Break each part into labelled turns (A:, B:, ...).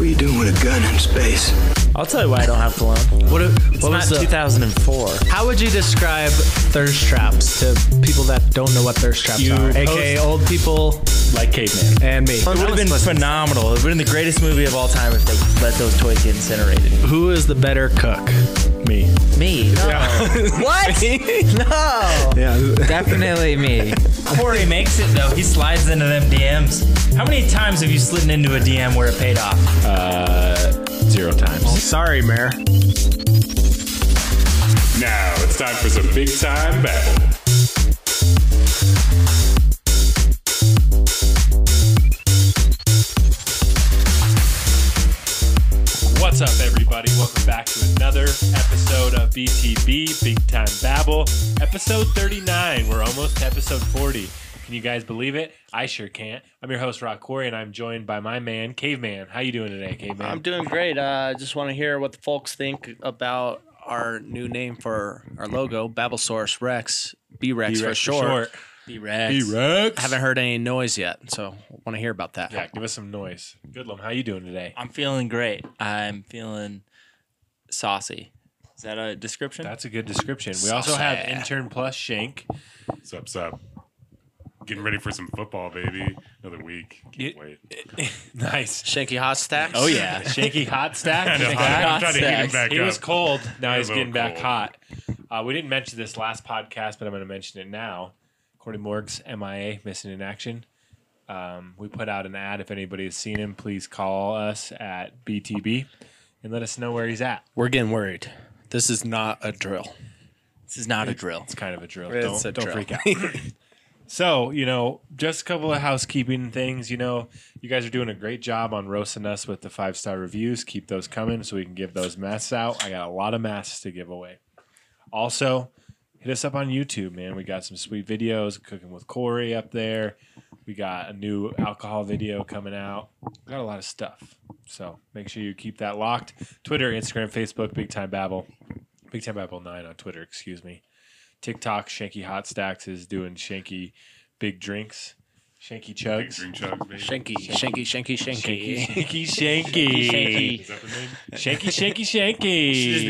A: you doing with a gun in space?
B: I'll tell you why I don't have cologne.
C: What,
B: It's uh, not 2004.
C: How would you describe thirst traps to people that don't know what thirst traps
B: You
C: are?
B: post-
C: AKA old people
D: like caveman.
C: and me.
B: It would have been phenomenal. It would have been the greatest movie of all time if they let those toys get incinerated.
C: Who is the better cook?
D: Me.
B: Me? No. What? no.
C: Yeah.
E: Definitely me.
D: Corey makes it though. He slides into them DMs. How many times have you slid into a DM where it paid off? Uh, zero times.
C: Sorry, Mayor.
F: Now it's time for some big time babble. What's up, everybody? Welcome back to another episode of BTB Big Time Babble, episode 39. We're almost to episode 40. Can you guys believe it? I sure can't. I'm your host, Rock Corey, and I'm joined by my man, Caveman. How you doing today, Caveman?
B: I'm doing great. Uh, I just want to hear what the folks think about our new name for our logo, Babelsource Rex, B-Rex, for short.
D: B-Rex.
B: I haven't heard any noise yet, so want to hear about that.
F: Yeah, give us some noise. Goodlum, how you doing today?
E: I'm feeling great. I'm feeling saucy. Is that a description?
F: That's a good description. We also have intern plus Shank.
G: Sup, sup. Getting ready for some football, baby. Another week. Can't
F: Yeah.
G: wait.
F: Nice.
B: Shanky Hot Stacks.
F: Oh yeah, Shanky hot stack.
G: I know,
F: Shanky
G: I'm
F: hot
G: trying to heat him
F: stack.
G: back
F: He
G: up.
F: was cold. Now
G: Yeah,
F: he's
G: a little
F: getting back
G: cold.
F: hot. Uh, we didn't mention this last podcast, but I'm going to mention it now. Cordy Morgs, MIA, missing in action. Um, we put out an ad. If anybody has seen him, please call us at BTB and let us know where he's at.
B: We're getting worried. This is not a drill.
E: this is not a drill.
F: It's kind of a drill.
B: It's
F: don't
B: a
F: don't
B: drill.
F: freak out. so, you know, just a couple of housekeeping things. You know, you guys are doing a great job on roasting us with the five star reviews. Keep those coming so we can give those masks out. I got a lot of masks to give away. Also, hit us up on YouTube, man. We got some sweet videos, cooking with Corey up there. We got a new alcohol video coming out. We got a lot of stuff. So make sure you keep that locked. Twitter, Instagram, Facebook, Big Time Babble. Big Time Babble 9 on Twitter, excuse me. TikTok, Shanky Hot Stacks is doing Shanky Big Drinks, Shanky
G: Big
F: Chugs,
G: drink chugs, baby.
B: Shanky, shanky, shanky,
F: Shanky,
B: shanky.
F: Shanky, Shanky,
E: Shanky.
G: Is that the name?
F: Shanky,
E: Should
F: Shanky,
E: just be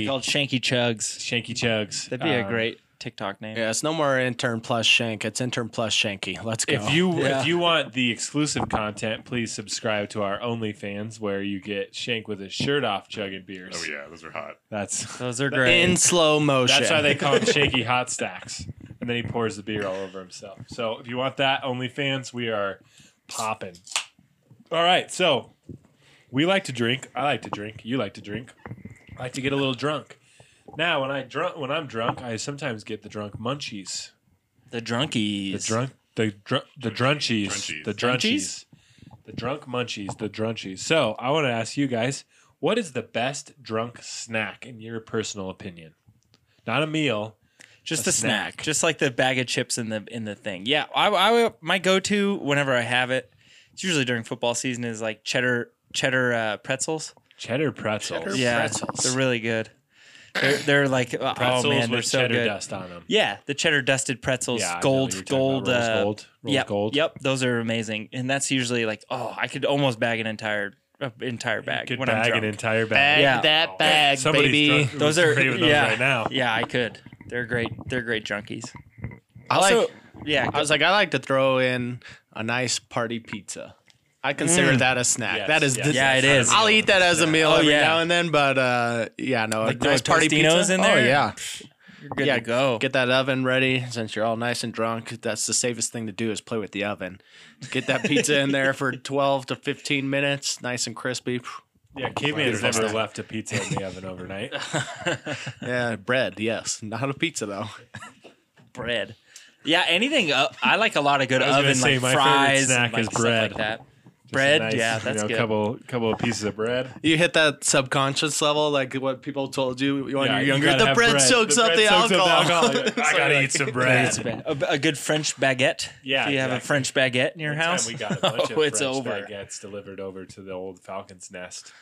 F: Shanky,
E: called Shanky Chugs.
F: Shanky Chugs.
E: That'd be a
F: Um,
E: great TikTok name.
B: Yeah, it's no more intern plus shank. It's intern plus shanky. Let's go.
F: If you
B: Yeah.
F: if you want the exclusive content, please subscribe to our OnlyFans where you get Shank with his shirt off chugging beers.
G: Oh, yeah, those are hot.
F: that's
E: Those are great.
B: in slow motion.
F: that's why they call him Shanky Hot Stacks. And then he pours the beer all over himself. So if you want that, OnlyFans, we are popping. All right, so we like to drink. I like to drink. You like to drink. I like to get a little drunk. Now, when I drunk, when I'm drunk, I sometimes get the drunk munchies.
E: the drunkies.
F: The drunk, the drunk, the drunchies,
G: Drunchies.
F: the drunchies, the drunk munchies, the drunchies. So I want to ask you guys, what is the best drunk snack in your personal opinion? Not a meal.
E: just
F: a
E: the snack.
F: snack.
E: just like the bag of chips in the in the thing. Yeah, I, I my go to whenever I have it, it's usually during football season is like cheddar cheddar uh, pretzels.
F: Cheddar pretzels.
B: Cheddar
E: Yeah,
B: pretzels.
E: they're really good. They're, they're like oh,
F: Pretzels
E: man, they're
F: with
E: so
F: cheddar
E: good.
F: dust on them.
E: Yeah, the cheddar dusted pretzels,
F: Yeah, I know what you're
E: gold,
F: talking
E: gold,
F: about. Rose
E: uh,
F: gold, Rose
E: yep,
F: gold.
E: Yep, those are amazing, and that's usually like, oh, I could almost bag an entire uh, entire bag
F: Could
E: when I'm
F: bag
E: drunk.
F: an entire bag.
E: Yeah.
B: that bag,
F: Somebody's drunk.
E: those are
F: craving those
E: yeah,
F: right now.
E: Yeah, I could. They're great. They're great junkies.
B: I
E: Also,
B: like.
E: yeah,
F: uh,
C: I was like, I like to throw in a nice party pizza. I consider that a snack.
F: Yes,
C: that is,
F: yes.
C: the-
E: Yeah, it is.
C: I'll eat that as a meal every
E: yeah.
C: now and then, but uh, yeah, no,
E: Like
C: a nice
E: throw
C: party
E: Tostinos
C: pizza
E: in there?
C: Oh yeah,
E: you're good
C: yeah,
E: to
F: Oh.
E: go.
C: Get that oven ready since you're all nice and drunk. That's the safest thing to do is play with the oven. Get that pizza in there for 12 to 15 minutes, nice and crispy.
F: Yeah, caveman has
G: Cheddar
F: never
G: dust.
F: left a pizza in the oven overnight.
C: Yeah, bread, yes. Not a pizza though.
E: bread. Yeah, anything. Uh, I like a lot of good
F: I was gonna
E: oven
F: say,
E: like
F: my favorite
E: fries.
F: snack
E: and, like,
F: is
E: stuff
F: bread.
E: Like that.
F: Just a
E: Bread.
F: nice,
E: yeah, that's
F: you know,
E: good.
F: Couple couple of pieces of bread.
C: You hit that subconscious level, like what people told you when
F: Yeah,
C: you're
F: you
C: younger.
F: gotta
C: the
F: have
C: bread,
F: bread.
C: soaks
F: The
C: up
F: bread
C: the
F: soaks up the
C: alcohol.
F: alcohol.
G: I
F: So,
G: gotta
F: like,
G: eat some bread.
E: A, a good French baguette.
F: Yeah,
E: If you have a
F: exactly.
E: French baguette in your
F: One time
E: house.
F: we got a bunch
E: oh,
F: of
E: it's
F: French
E: over.
F: baguettes delivered over to the old Falcon's Nest.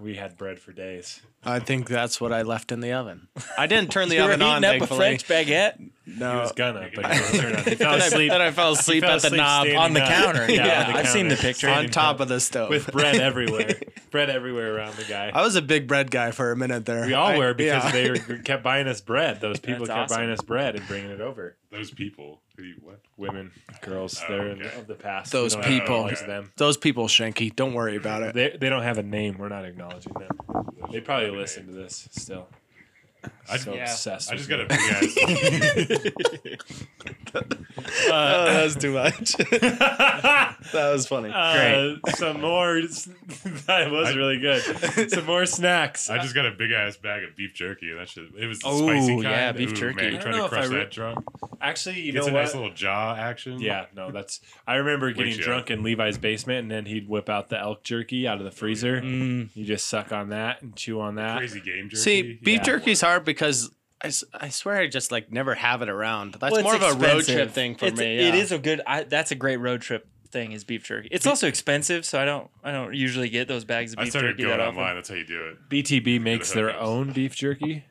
F: We had bread for days.
C: I think that's what I left in the oven. I didn't turn the
E: You were
C: oven
E: heating
C: on,
E: up a
C: thankfully.
E: French baguette.
F: He
C: no.
B: Uh,
F: was gonna, but he didn't turn on. He fell
C: Then I,
F: asleep.
C: then I fell asleep
F: fell
C: at the
F: asleep
C: knob
F: standing
E: on the
F: up.
E: counter.
F: Yeah,
E: Yeah,
F: on the
E: I've seen
F: counter.
E: the picture.
F: Standing
C: on top of the stove.
F: with bread everywhere. bread everywhere around the guy.
B: I was a big bread guy for a minute there.
F: We all
B: I-
F: were because
B: yeah.
F: they were, kept buying us bread. Those people
E: That's
F: kept
E: awesome.
F: buying us bread and bringing it over.
G: Those people. Who you- What?
F: Women, girls,
G: Oh,
F: they're
G: okay.
F: of the past.
B: Those
F: We don't have to
B: people.
F: acknowledge them.
B: Those people, Shanky, don't worry about it.
F: They, they don't have a name. We're not acknowledging them. They probably listen to this still.
G: I-
F: so
G: yeah.
F: obsessed.
G: I
F: with
G: just
F: me.
G: got a big ass.
B: Oh, that was too much. that was funny.
F: Uh, some more. that was really good. Some more snacks.
G: I just got a big ass bag of beef jerky. and That shit. It was the
E: Oh,
G: spicy kind.
E: yeah, beef jerky.
G: Man,
F: I don't
G: trying
F: know
G: to
F: if I
G: crush
F: re-
G: that drunk.
F: Actually, you
G: It's
F: know
G: a
F: what?
G: nice little uh, jaw action.
F: Yeah, no, that's. I remember getting
G: you up.
F: drunk in Levi's basement, and then he'd whip out the elk jerky out of the freezer.
E: Mm.
F: You just suck on that and chew on that.
G: Crazy game jerky.
B: See, beef
F: Yeah.
B: jerky's hard because I, s- I swear I just like never have it around. That's
E: Well,
B: more
E: it's
B: of a road trip
E: expensive.
B: thing for
E: It's-
B: me.
E: It
B: yeah.
E: is a good. I, that's a great road trip thing. Is beef jerky. It's also expensive, so I don't. I don't usually get those bags of
G: I
E: beef
G: started
E: jerky
G: going
E: that often.
G: online. That's how you do it.
F: BTB makes
G: Good
F: their
G: hookups.
F: own beef jerky.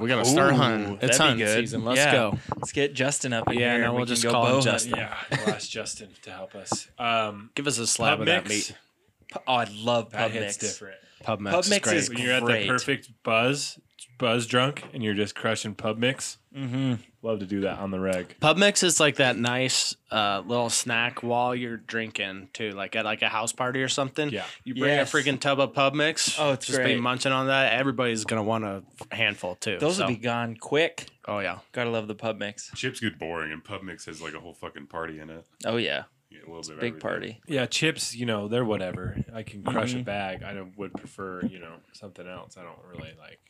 B: we gotta start hunting.
E: that'd
B: It's
E: be
B: hunting
E: good.
B: season. Let's
E: Yeah.
B: go.
E: Let's get Justin up in
B: Yeah,
E: here.
B: no,
E: and we
B: we'll
E: can
B: just
E: go
B: call him
E: bow hunt.
B: Justin.
F: Yeah, we'll ask Justin to help us. Um,
B: Give us a slab
F: pub
B: of
F: mix.
B: that meat.
E: Oh, I love
F: That
E: pub
F: hits
E: mix.
F: different.
B: Pub mix.
E: Pub
B: is
E: mix
B: great.
E: is-
F: When you're at the
E: Great.
F: perfect buzz, buzz drunk, and you're just crushing pub mix. Mm-hmm. Love to do that on the reg.
B: Pub mix is like that nice uh, little snack while you're drinking too, like at like a house party or something.
F: Yeah.
B: you bring
E: Yes.
B: a freaking tub of pub mix.
E: Oh, it's
B: just be
E: great.
B: munching on that. Everybody's gonna want a handful too.
E: Those
B: so.
E: would be gone quick.
B: Oh yeah,
E: Gotta love the pub mix.
G: Chips get boring, and Pub Mix has like a whole fucking party in it.
E: Oh yeah,
G: Yeah, a little bit of
E: big
G: everything.
E: party.
F: Yeah, chips, you know, they're whatever. I can
B: Mm-hmm.
F: crush a bag. I don't, would prefer, you know, something else. I don't really like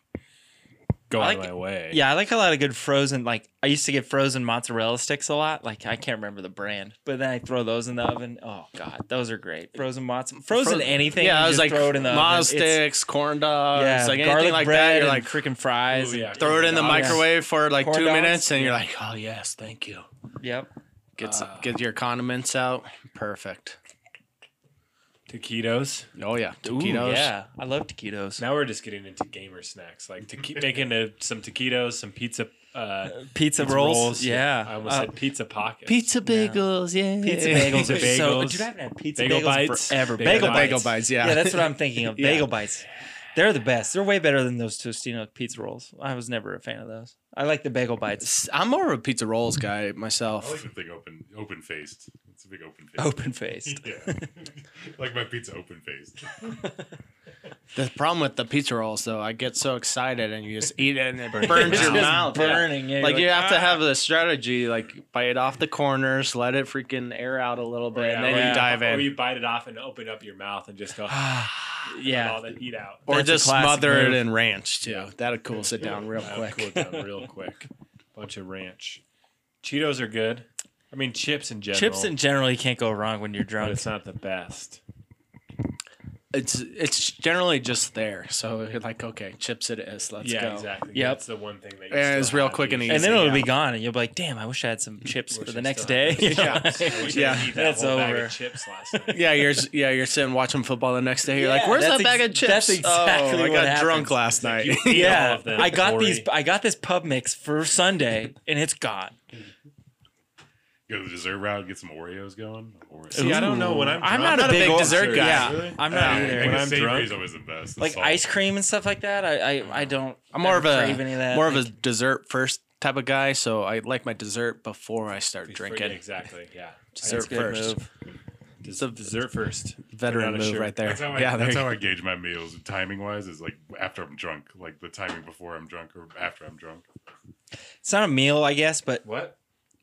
F: go
E: I
F: out
E: like-
F: of my way.
E: Yeah, I like a lot of good frozen. Like I used to get frozen mozzarella sticks a lot. Like I can't remember the brand, but then I throw those in the oven. Oh god, those are great. Frozen mozzarella, frozen anything.
B: yeah.
E: you
B: I was
E: just
B: like
E: throw it in the
B: Maz
E: oven. It's-
B: sticks, corn dogs,
E: yeah,
B: like anything
E: garlic
B: like
E: bread,
B: that. You're
E: and
B: like
E: freaking fries.
F: Ooh, yeah.
E: and-
B: throw it in the
F: Yeah.
B: microwave for like
E: Corn
B: two
E: dogs?
B: minutes, and you're like, oh yes, thank you.
E: Yep.
B: Get s get your condiments out. Perfect.
F: Taquitos.
B: Oh yeah,
E: Ooh,
B: taquitos.
E: yeah, I love taquitos.
F: Now we're just getting into gamer snacks, like to keep making a, some taquitos, some pizza, uh,
E: Pizza,
F: pizza
E: rolls.
F: rolls.
E: Yeah.
F: I almost
E: Uh,
F: said pizza pockets.
B: Pizza bagels, yeah.
E: Pizza bagels are
F: Pizza
E: so.
F: bagels.
E: Dude, I haven't had pizza
F: Bagel
E: bagels
F: bites.
E: forever.
F: Bagel
E: Bagel,
F: bites.
E: bites.
B: Bagel bites, yeah.
E: Yeah, that's what I'm thinking of.
B: Yeah.
E: Bagel bites. They're the best. They're way better than those Tostino pizza rolls. I was never a fan of those. I like the bagel bites.
B: I'm more of a pizza rolls guy
E: Oh,
G: I like
B: myself.
G: the thing open, open faced. It's a big open face.
E: Open faced.
G: Yeah, like my pizza open faced.
B: The problem with the pizza rolls, though, I get so excited and you just eat it and it burns
E: It's
B: your
E: just
B: mouth.
E: burning, yeah,
B: like,
E: you're
B: you
E: like, "Ah."
B: have to have a strategy, like bite off the corners, let it freaking air out a little bit,
E: Oh,
B: and then
F: or
B: you dive
F: Or
B: in,
F: you bite it off and open up your mouth and just go, let all
E: Yeah.
F: the heat out.
B: or
E: That's a
B: just
E: classic
B: smother
E: move.
B: it in ranch too. That'll cool sit down real
F: That'll
B: quick.
F: Cool it down real quick. Bunch of ranch. Cheetos are good. I mean, chips in general.
E: Chips in general, you can't go wrong when you're
F: but
E: drunk.
F: it's not the best.
B: It's it's generally just there, so you're like, okay, chips it is. Let's
F: yeah,
B: go.
F: exactly.
E: Yep.
F: That's the one thing that you
B: And
F: still
B: it's real
F: have
B: quick and
F: is-
B: easy.
E: And then it'll be gone, and you'll be like, "Damn, I wish I had some chips for
F: Wish
E: the
F: I
E: next
F: still had
E: day." You know?
F: I wish I
B: Yeah,
F: could eat that
E: that's
F: whole bag
E: over.
F: of chips last night.
B: Yeah, you're s- yeah you're sitting watching football the next day. You're like,
E: Yeah,
B: where's
E: that's
B: that bag of
E: ex-
B: chips?
E: that's exactly
B: oh, I
E: what
B: got
E: happens.
B: drunk last night.
F: all
E: yeah,
F: of them,
E: I got these.
F: Corey.
E: I got this pub mix for Sunday, and it's gone.
G: Go to the dessert route, get some Oreos going. Oreos.
F: See, I don't know when I'm.
E: I'm
F: drunk,
E: not, a big, dessert guy. Yeah,
F: Really?
E: I'm not
G: I
E: either.
G: think
F: When I'm
G: savory is
F: drunk-
G: always the best. The
E: like
G: salt.
E: ice cream and stuff like that. I I, I don't.
B: I'm more of
E: ever
B: a
E: crave any of that.
B: more
E: like,
B: of a dessert first type of guy, so I like my dessert before I start
F: Forget-
B: drinking.
F: Exactly. Yeah.
B: Dessert
E: good
B: first,
E: move.
B: it's a
F: Dessert first.
B: veteran
F: Put on a
B: move
F: shirt.
B: right there.
G: That's how I,
B: yeah, there
G: that's
B: you-
G: how I gauge my meals timing wise is like after I'm drunk, like the timing before I'm drunk or after I'm drunk.
E: It's not a meal, I guess, but
F: What?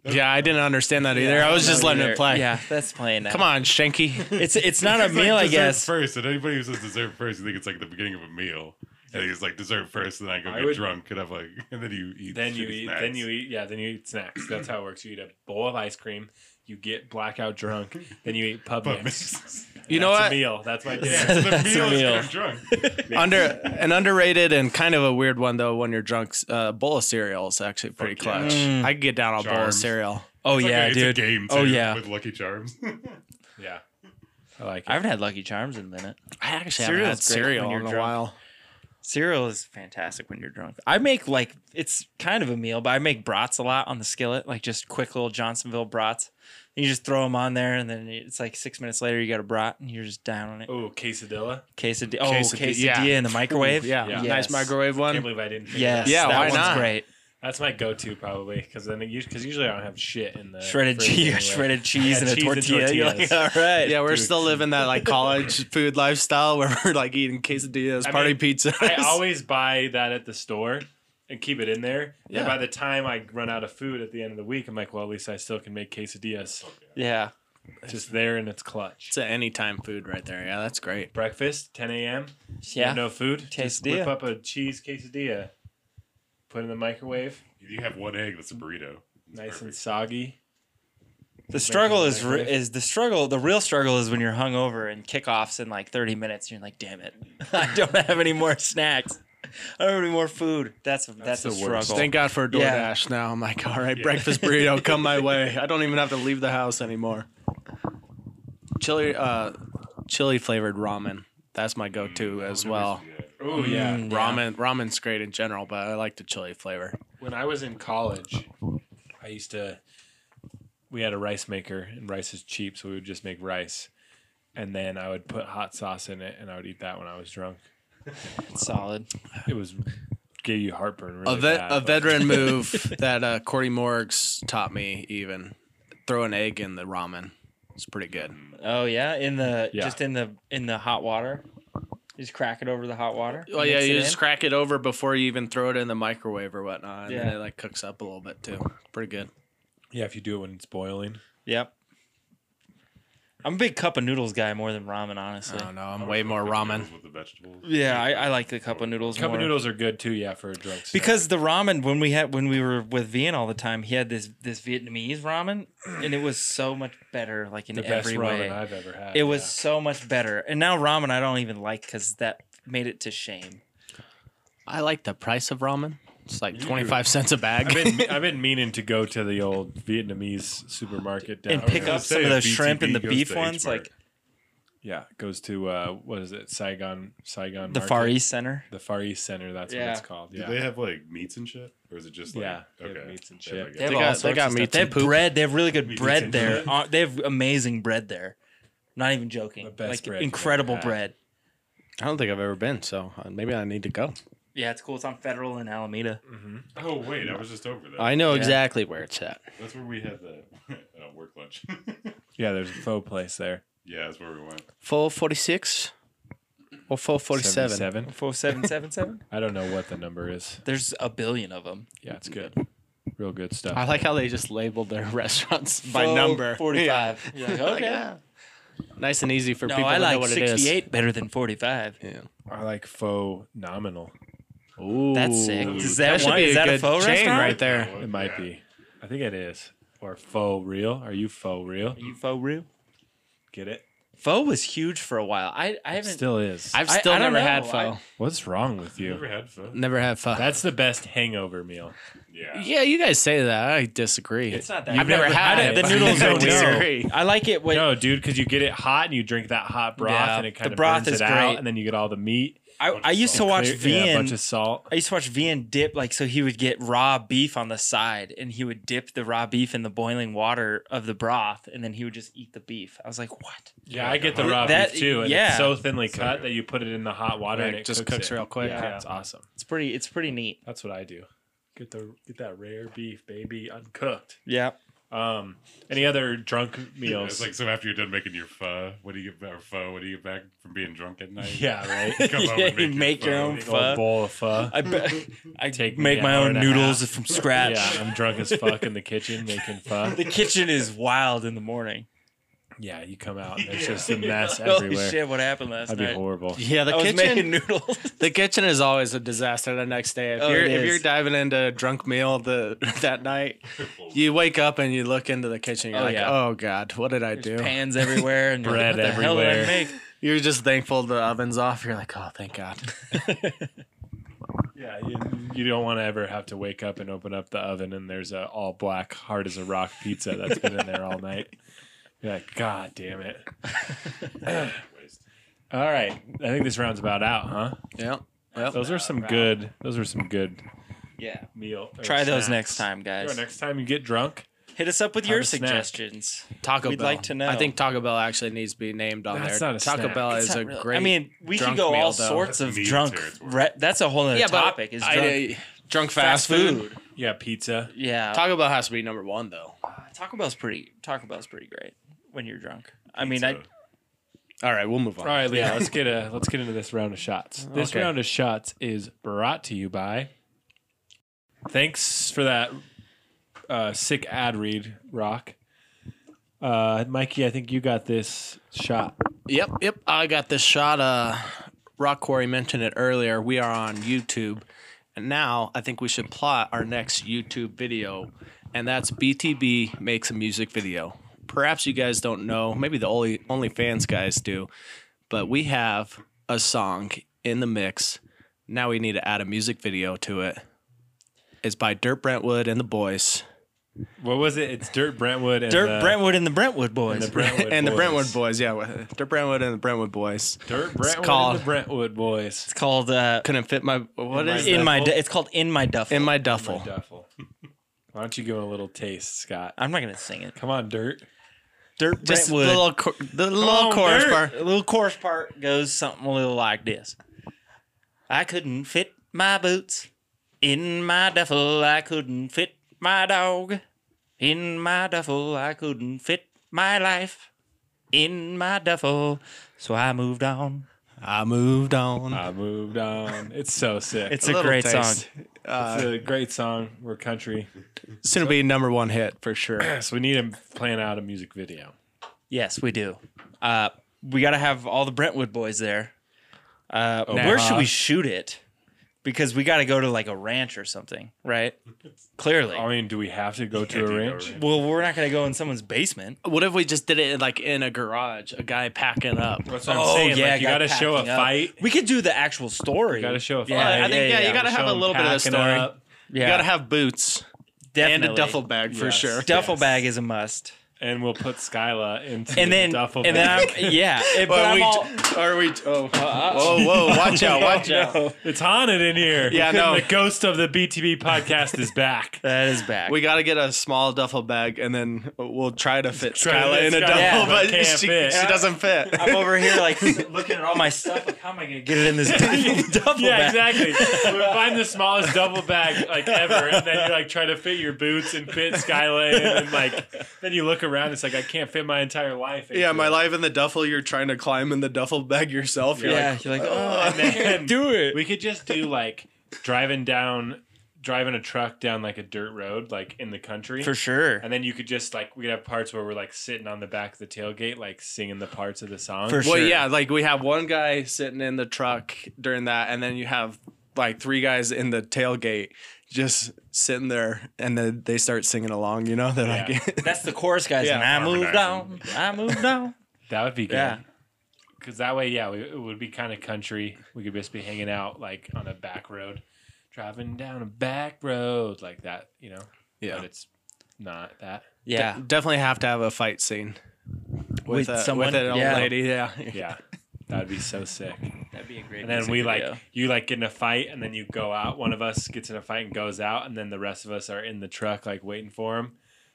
B: yeah. I didn't understand that either. I was just letting it play.
E: yeah, that's playing. Now.
B: Come on, Shanky.
E: it's it's not a
G: It's like
E: meal, I
G: dessert
E: guess.
G: First, and anybody who says dessert first, you think it's like the beginning of a meal. And it's like dessert first, and then I go
F: I
G: get
F: would-
G: drunk, and I'm like, and then you eat.
F: Then you
G: shitty
F: eat.
G: snacks.
F: Then you eat. Yeah. Then you eat snacks. That's how it works. You eat a bowl of ice cream. You get blackout drunk. Then you eat pub,
G: But
F: mix.
G: mix.
B: You know
F: That's
B: what?
F: A meal. That's my
G: Yeah,
F: dinner.
G: it's the
E: That's a
G: meal. is
E: meal.
G: when I'm drunk.
B: Under an underrated and kind of a weird one though. When you're drunk, uh, bowl of cereal is actually pretty
G: Fuck yeah.
B: clutch. I could get down on a bowl of
G: Charms.
B: cereal.
E: Oh
G: It's like
E: yeah,
G: a, it's
E: dude.
G: A game
E: oh
G: too,
E: yeah.
G: with Lucky Charms.
F: yeah. I like
E: I
F: it.
E: haven't had Lucky Charms in a minute.
B: I actually
E: Cereal's
B: haven't had
E: great when
B: cereal
E: you're
B: in a
E: drunk.
B: while.
E: Cereal is fantastic when you're drunk. I make like it's kind of a meal, but I make brats a lot on the skillet, like just quick little Johnsonville brats. You just throw them on there, and then it's like six minutes later, you got a brat, and you're just down on it.
F: Oh, quesadilla.
E: Quesadilla, oh,
F: Quesadi-
E: quesadilla
F: yeah.
E: in the microwave.
B: Yeah,
F: Yeah.
E: Yes.
B: nice microwave
F: I can't
B: one.
F: believe I didn't. Think
E: Yes,
B: Yeah,
E: that
B: why
E: one's
B: not?
E: great.
F: That's my go-to probably because then because usually I don't have shit in the
E: Shredded
F: fridge
E: cheese,
F: anyway.
E: shredded cheese, and
F: Yeah,
E: a
F: cheese and
E: tortilla. You're like,
F: tortillas.
E: all right.
B: Yeah, we're
F: Dude.
B: still living that like college food lifestyle where we're like eating quesadillas,
F: I
B: party
F: mean,
B: pizza.
F: I always buy that at the store and keep it in there.
B: Yeah.
F: And by the time I run out of food at the end of the week, I'm like, well, at least I still can make quesadillas.
E: Yeah.
F: It's just there and it's clutch.
B: It's an anytime food right there. Yeah, that's great.
F: Breakfast, 10 a.m.
E: Yeah.
F: No food. Just
E: Quesadilla.
F: whip up a cheese quesadilla. Put it in the microwave.
G: You have one egg. That's a burrito. It's
F: Nice and
G: perfect.
F: soggy.
E: The struggle
F: the
E: is re-
F: microwave.
E: is the struggle. The real struggle is when you're hungover and kickoffs in like 30 minutes. And you're like, damn it, I don't have any more snacks. I don't have any more food. That's that's,
F: the
E: a
F: worst.
E: struggle.
B: Thank God for DoorDash
E: Yeah.
B: now. I'm like, all right, breakfast burrito, come my way. I don't even have to leave the house anymore. Chili, uh, chili flavored ramen. That's my go-to
F: Mm,
B: as well.
G: Yeah.
F: Oh, yeah.
B: Ramen, ramen's great in general, but I like the chili flavor.
F: when I was in college, I used to. We had a rice maker, and rice is cheap, so we would just make rice, and then I would put hot sauce in it, and I would eat that when I was drunk.
E: It's solid.
F: It was gave you heartburn. Really
B: A, vet,
F: bad,
B: a
F: but-
B: veteran move that uh, Cordy Morgs taught me. Even throw an egg in the ramen. It's pretty good.
F: Mm.
E: Oh yeah, in the
F: Yeah.
E: just in the in the hot water. You just crack it over the hot water.
B: Well, Oh, yeah,
E: mix
B: you
E: it
B: just
E: in.
B: crack it over before you even throw it in the microwave or whatnot, and then
E: Yeah.
B: it like cooks up a little bit too. Pretty good.
F: Yeah, if you do it when it's boiling.
E: Yep. I'm a big cup of noodles guy more than ramen, honestly.
B: I don't know. I'm way more ramen.
G: With the vegetables.
E: yeah, I, I like the cup of noodles.
F: Cup
E: more.
F: of noodles are good too. Yeah, for a drunk. Stuff.
E: Because the ramen when we had when we were with Vian all the time, he had this this Vietnamese ramen, and it was so much better. Like in
F: the best
E: every
F: ramen
E: way,
F: I've ever had.
E: it was so much better. And now ramen, I don't even like because that made it to shame.
B: I like the price of ramen. It's like 25 cents a bag.
F: yeah. I've been I've been meaning to go to the old Vietnamese supermarket down
E: and pick
G: gonna
E: up
G: say,
E: some of
G: if
E: those shrimp
G: BTB
E: and the
G: goes to
E: beef ones,
G: H-Mart.
E: like
F: Yeah, goes to uh, what is it? Saigon Saigon.
E: the
F: Market?
E: Far East Center.
F: The Far East Center. That's
E: Yeah.
F: what it's called.
G: Do
F: Yeah.
G: they have like meats and shit, or is it just like
F: Yeah, they have
G: okay
F: meats and
G: They have,
F: shit.
G: like,
E: have
B: got- they got
E: of
B: meats
E: stuff. They
B: and
E: have
B: poop.
E: bread. They have really good
G: Meats
E: bread
G: and
E: there.
G: poop.
E: Uh, they have amazing bread there. Not even joking.
F: The best
E: like
F: bread you've
E: incredible
F: ever had.
E: bread.
B: I don't think I've ever been, so uh, maybe I need to go.
E: Yeah, it's cool. It's on Federal in Alameda.
G: Oh wait, I was just over there.
B: I know exactly where it's at.
G: That's where we had the uh, work lunch.
F: Yeah, there's a faux place there.
G: yeah, that's where we went.
B: 446 or 447.
F: 77?
E: Four seven seven seven.
F: I don't know what the number is.
E: There's a billion of them.
F: Yeah, it's good. Real good stuff.
B: I like how they just labeled their restaurants by number.
E: 45. You're like, okay.
B: Nice and easy for
E: No,
B: people
E: I
B: to know
E: like
B: what it is.
E: 68 better than 45.
F: I like faux nominal.
B: Ooh.
E: That's sick. Is that,
B: should
E: one?
B: be
E: Is
B: a
E: that a
B: good
E: faux
B: chain
E: restaurant?
B: right there.
F: It might be. I think it is. Or faux real. Are you faux real?
E: You faux real?
F: Get it?
E: Faux was huge for a while. I, I haven't.
F: Still is.
B: I've
E: I-
B: still
E: I don't
B: never
E: know.
B: had pho.
E: I-
F: What's wrong with
G: Never
F: you?
G: had fun.
B: Never had pho.
F: That's the best hangover meal.
G: Yeah.
B: yeah, you guys say that. I disagree.
E: it's not that.
B: I've never, had,
E: I
B: it.
E: don't- The noodles
B: I
E: are
B: disagree.
E: weird. I like it when
F: No, dude, because you get it hot and you drink that hot broth
E: Yeah,
F: and it kind
E: the
F: of
E: broth
F: burns it
E: is
F: out,
E: great.
F: and then you get all the meat.
E: I, I used to watch
F: Clear- yeah, a bunch of
E: Vian.
F: salt.
E: I used to watch Vian dip like so he would get raw beef on the side and he would dip the raw beef in the boiling water of the broth and then he would just eat the beef. I was like, what?
F: Yeah, I get the raw
E: That-
F: beef too, and
E: yeah.
F: it's so thinly cut that you put it in the hot water and
B: Like,
F: it
B: just
F: cooks,
B: cooks
F: it.
B: real quick.
F: Yeah,
B: Yeah.
F: it's awesome.
E: It's pretty. It's pretty neat.
F: That's what I do. Get the get that rare beef, baby, uncooked.
E: Yeah.
F: Um, any other drunk
G: Yeah,
F: meals?
G: It's like so after you're done making your pho, what do you get back? Pho, what do you get back from being drunk at night?
F: yeah, right.
G: Come over
E: Yeah,
G: and
E: you make your
G: pho.
E: own
F: Big old bowl of pho.
E: I bet I
F: Take me
E: make
F: an
E: my
F: hour
E: own
F: and a
E: noodles
F: half.
E: from scratch.
F: Yeah, I'm drunk as fuck in the kitchen making pho.
E: The kitchen is wild in the morning.
F: Yeah, you come out and there's just a mess
E: Holy
F: everywhere.
E: shit! What happened last
F: That'd be
E: night?
F: horrible.
B: Yeah, the
E: I was making
B: kitchen.
E: noodles.
B: The kitchen is always a disaster the next day. If
E: Oh,
B: you're
E: it
B: if
E: is.
B: you're diving into a drunk meal the that night, you wake up and you look into the kitchen. You're
E: Oh,
B: like,
E: yeah.
B: oh god, what did I do?
E: Pans everywhere and you're like,
F: Bread
E: what the Hell did
F: everywhere.
E: I make?
B: You're just thankful the oven's off. You're like, oh thank god.
F: Yeah, you, you don't want to ever have to wake up and open up the oven and there's a all black hard as a rock pizza that's been in there all night. You're like, God damn it. all right. I think this round's about out, huh?
B: yeah.
F: Those are some good. Those are some good
E: Yeah.
F: meal. or
E: Try those
F: snacks.
E: next time,
F: Sure,
E: guys.
F: next time you get drunk,
E: Hit us up with your
F: a snack.
E: suggestions.
B: Taco
E: We'd
B: Bell.
E: like to know.
B: I think Taco Bell actually needs to be named on
F: That's
B: there.
F: not a
B: Taco
F: snack.
B: Bell
E: It's
B: is
E: not
B: a
E: really-
B: great.
E: I mean, we could
B: drunk
E: go
B: meal,
E: all
B: though.
E: sorts
G: That's
E: of
G: meat
E: drunk.
G: territory.
E: Re- that's a whole other
B: yeah, but
E: topic. Is
B: I-
E: drunk
B: uh, drunk fast, food.
F: yeah, pizza.
E: Yeah,
B: Taco Bell has to be number one though.
E: Taco Bell's pretty. Taco Bell's pretty great when you're drunk. I mean, I
G: So,
B: All right, we'll move on.
F: All right, Leah, let's get a let's get into this round of shots. This
B: Okay.
F: round of shots is brought to you by. Thanks for that uh, sick ad read, Rock. Uh, Mikey, I think you got this shot.
B: Yep, yep. I got this shot. Uh, Rock Quarry mentioned it earlier. We are on YouTube, and now I think we should plot our next YouTube video, and that's BTB makes a music video. Perhaps you guys don't know. Maybe the only OnlyFans guys do, but we have a song in the mix. Now we need to add a music video to it. It's by Dirt Brentwood and the Boys,
F: What was it? It's Dirt Brentwood and
E: Dirt
F: the,
E: Brentwood and the Brentwood boys.
F: and the Brentwood
B: and the
F: Boys.
B: Brentwood Boys. Yeah, Dirt Brentwood and the Brentwood Boys.
F: Dirt Brentwood
B: called-
F: and the Brentwood Boys.
E: it's called uh,
B: Couldn't fit my what is
E: in
B: it?
E: my. Du- it's called in my duffel.
B: in my duffel.
F: Duffel. Why don't you give him a little taste, Scott?
E: I'm not gonna sing it.
F: Come on, Dirt.
E: Dirt
B: Just the
E: Brentwood.
B: little, cor- the little
E: on,
B: chorus
E: Dirt.
B: part.
E: A little chorus part goes something a little like this. I couldn't fit my boots in my duffel. I couldn't fit my dog in my duffel. I couldn't fit my life in my duffel. So I moved on.
B: I moved on.
F: I moved on. It's so sick.
E: It's a, great song.
F: it's a great song. We're country.
B: Soon to be a number one hit for sure.
F: So we need to plan out a music video.
E: Yes, we do. Uh, we got to have all the Brentwood boys there. Uh,
F: Oh,
E: Where should
F: uh-huh.
E: we shoot it? Because we got to go to like a ranch or something, right? Clearly.
F: I mean, do we have to go to a ranch?
E: Well, we're not going to go in someone's basement.
B: what if we just did it like in a garage? A guy packing up.
F: That's what I'm
E: Oh,
F: saying. like, you got to show a
E: packing up.
F: fight.
E: We could do the actual story.
F: You got to show a fight.
E: Yeah,
B: I think yeah,
E: yeah,
B: you gotta
F: Show
B: have a
F: them
B: little bit of a
F: packing
B: story.
F: up.
E: yeah,
B: You gotta have boots
E: definitely.
B: and a duffel bag for
F: Yes.
B: sure.
E: Duffel
F: Yes.
E: bag is a must.
F: And we'll put Skyla into
E: And then,
F: the duffel
E: and then,
F: bag.
E: I'm, yeah. it- but I'm all,
B: are we? Oh, whoa, whoa! Watch out! Watch out!
F: it's haunted in here.
B: Yeah, no.
F: The ghost of the BTB podcast is back.
E: that is back.
B: We gotta get a small duffel bag, and then we'll try to fit
F: Try to
B: Skyla
F: fit
B: in a
F: Skyla,
B: duffel,
E: Yeah,
F: but
B: but
F: can't
B: she,
F: fit.
B: she doesn't fit.
E: I'm over here like looking at all my stuff. Like, how am I going to get it in this duffel
F: Yeah,
E: bag?
F: exactly. we would find the smallest double bag like ever, and then you like try to fit your boots and fit Skyline, and then, like then you look around. It's like I can't fit my entire life.
B: Yeah,
F: into
B: my
F: it.
B: life in the duffel. You're trying to climb in the duffel bag yourself. You're
E: Yeah,
B: like,
E: you're like, oh,
F: And then
E: do it.
F: we could just do like driving down, driving a truck down like a dirt road, like in the country
E: For sure.
F: And then you could just like we could have parts where we're like sitting on the back of the tailgate, like singing the parts of the song.
E: For
B: well,
E: sure.
B: yeah, like we have one guy sitting in the truck during that, and then you have like three guys in the tailgate just sitting there, and then they start singing along. You know, they're
F: Yeah.
B: like,
E: That's the chorus, guys.
B: Yeah.
E: and I moved on.
G: Harmonizing.
E: I moved on.
F: That would be good.
E: Yeah.
F: Cause that way, yeah, we, it would be kind of country. We could just be hanging out like on a back road, driving down a back road like that, you know.
B: Yeah.
F: But it's not that.
E: Yeah.
B: definitely have to have a fight scene with,
E: With
B: a,
E: someone?
B: with an old
E: Yeah.
B: lady. Yeah,
F: Yeah. that would be so sick.
E: That'd be a great
F: And then we like you like get in a fight, and then you go out. One of us gets in a fight and goes out, and then the rest of us are in the truck like waiting for him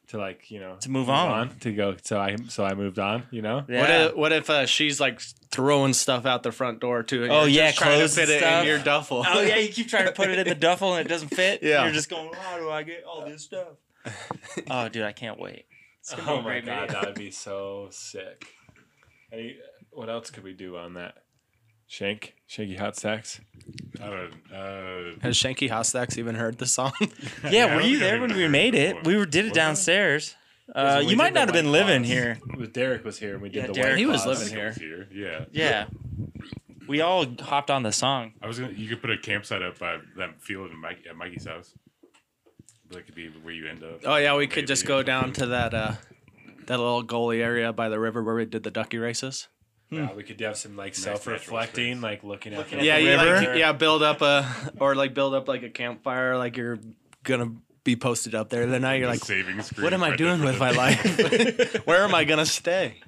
F: to like you know
E: To move on.
F: to go. So I so I moved on, you know.
E: Yeah.
B: What if what if uh, she's like throwing stuff out the front door too? and
E: Oh,
B: you're
E: yeah,
B: just trying to
E: clothes
B: fit
E: and
B: it
E: stuff.
B: in your duffel.
E: Oh yeah, you keep trying to put it in the duffel and it doesn't fit.
B: Yeah.
E: You're just going, how do I get all this stuff? oh, dude, I can't wait. It's gonna be
F: Oh
E: a
F: my
E: great
F: god,
E: video.
F: that would be so sick. Any, what else could we do on that? Shank, Shanky Hot Sacks.
G: I don't, uh,
B: Has Shanky Hostax even heard the song?
E: Yeah,
G: Yeah, I
E: were
G: don't
E: you
G: think
E: there
G: I
E: when
G: even
E: we
G: heard
E: made
G: it
E: it?
G: before.
E: We did it
G: Was I?
E: downstairs. Uh, you might not have been living here.
F: With Derek was here and we did
E: Yeah,
F: the
E: Derek
F: White
B: He was
F: Claws.
B: living here.
G: here. Yeah.
E: Yeah. We all hopped on the song.
G: I was gonna. You could put a campsite up by that field in Mike, at Mikey's house. That could be where you end up.
B: Oh yeah, we could
G: Maybe.
B: just go down to that uh that little goalie area by the river where we did the ducky races.
E: Hmm.
F: Yeah, we could have some like self-reflecting,
G: natural space.
F: like looking at
E: Looking
F: the
E: at
B: Yeah,
E: the
B: you
E: river?
B: like yeah, build up a or like build up like a campfire like you're gonna be posted up there. Then now you're like
G: saving screen.
B: what am I
G: right
B: doing
G: there
B: with
G: for
B: my
G: the-
B: life? Where am I gonna stay?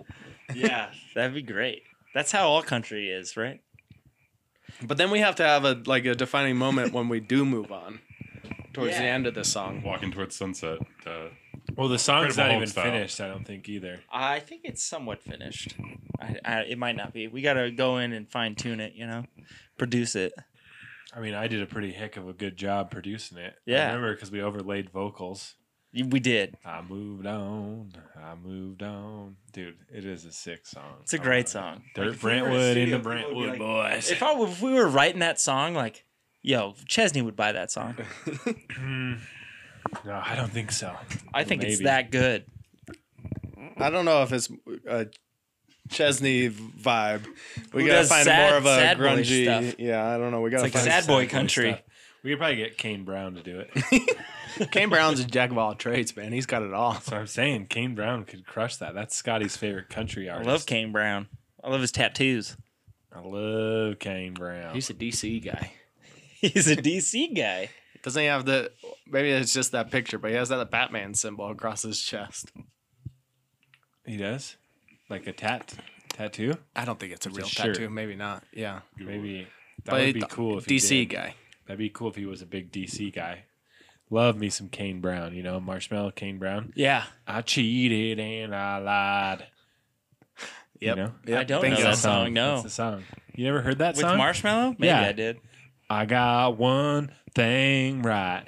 E: Yeah, that'd be great. That's how all country is, right?
B: But then we have to have a like a defining moment when we do move on towards the
E: Yeah.
B: end of the song.
G: Walking towards sunset. Uh,
F: Well, the song's
G: Incredible
F: not
G: Hulk
F: even
G: style.
F: finished, I don't think either.
E: I think it's somewhat finished. I, I, it might not be. We got to go in and fine tune it, you know, produce it.
F: I mean, I did a pretty heck of a good job producing it.
E: Yeah.
F: I remember because we overlaid vocals.
E: We did.
F: I moved on. I moved on. Dude, it is a sick song. Oh
E: It's a great song.
F: Dirt Brentwood in the Brentwood boys.
E: If I w- if we were writing that song, like, yo, Chesney would buy that song.
F: No, I don't think so.
E: I think it's
F: Maybe.
E: that good.
B: I don't know if it's a Chesney vibe. We
E: Who
B: gotta
E: does
B: find
E: sad-
B: more of a
E: sad boy
B: grungy.
E: stuff?
B: Yeah, I don't know. We gotta
E: It's like
B: find
E: sad boy country.
F: stuff. We could probably get Kane Brown to do it.
B: Kane Brown's a jack of all trades, man. He's got it all.
F: so I'm saying Kane Brown could crush that. That's Scotty's favorite country
E: I
F: artist.
E: love Kane Brown. I love his tattoos.
F: I love Kane Brown.
B: He's a DC guy.
E: He's a DC guy.
B: Doesn't he have the? Maybe it's just that picture, but he has that Batman symbol across his chest.
F: he does? Like a tat tattoo?
B: I don't think it's a real
F: shirt.
B: tattoo. Maybe not. Yeah,
F: Maybe that
B: But
F: would be
B: it-
F: cool if he
B: DC
F: did.
B: guy.
F: That'd be cool if he was a big DC guy. Love me some Kane Brown, you know, Marshmallow Kane Brown.
E: Yeah.
F: I cheated and I lied.
B: Yep.
F: know?
B: Yep.
E: I don't
B: Bingo.
E: know that song.
F: That's
E: No.
F: the song. You never heard that
E: With
F: song?
E: Marshmallow? Maybe
F: Yeah.
E: I did.
F: I got one thing right.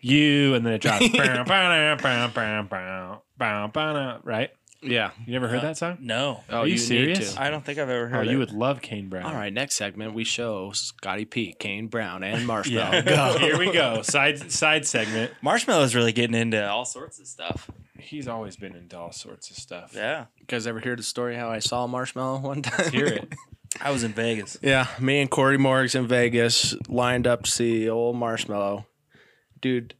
F: You and then it drops. Bow, bow, bow, bow, bow, bow, bow, right?
B: Yeah.
F: You never
E: Uh,
F: heard that song?
E: No.
B: Oh,
F: Are you,
B: you,
F: serious?
B: Need to.
E: I don't think I've ever
F: Oh,
E: heard
F: you
E: it.
F: would love Kane Brown.
B: All right, next segment we show Scotty P, Kane Brown, and Marshmallow.
F: Yeah.
B: Go.
F: Oh, Here we go. Side side segment.
E: Marshmallow's really getting into all sorts of stuff.
F: He's always been into all sorts of stuff.
E: Yeah.
B: You guys ever hear the story how I saw Marshmallow one time?
F: Hear it.
E: I was in Vegas.
B: Yeah, me and Corey Morgs in Vegas lined up to see old Marshmallow. Dude,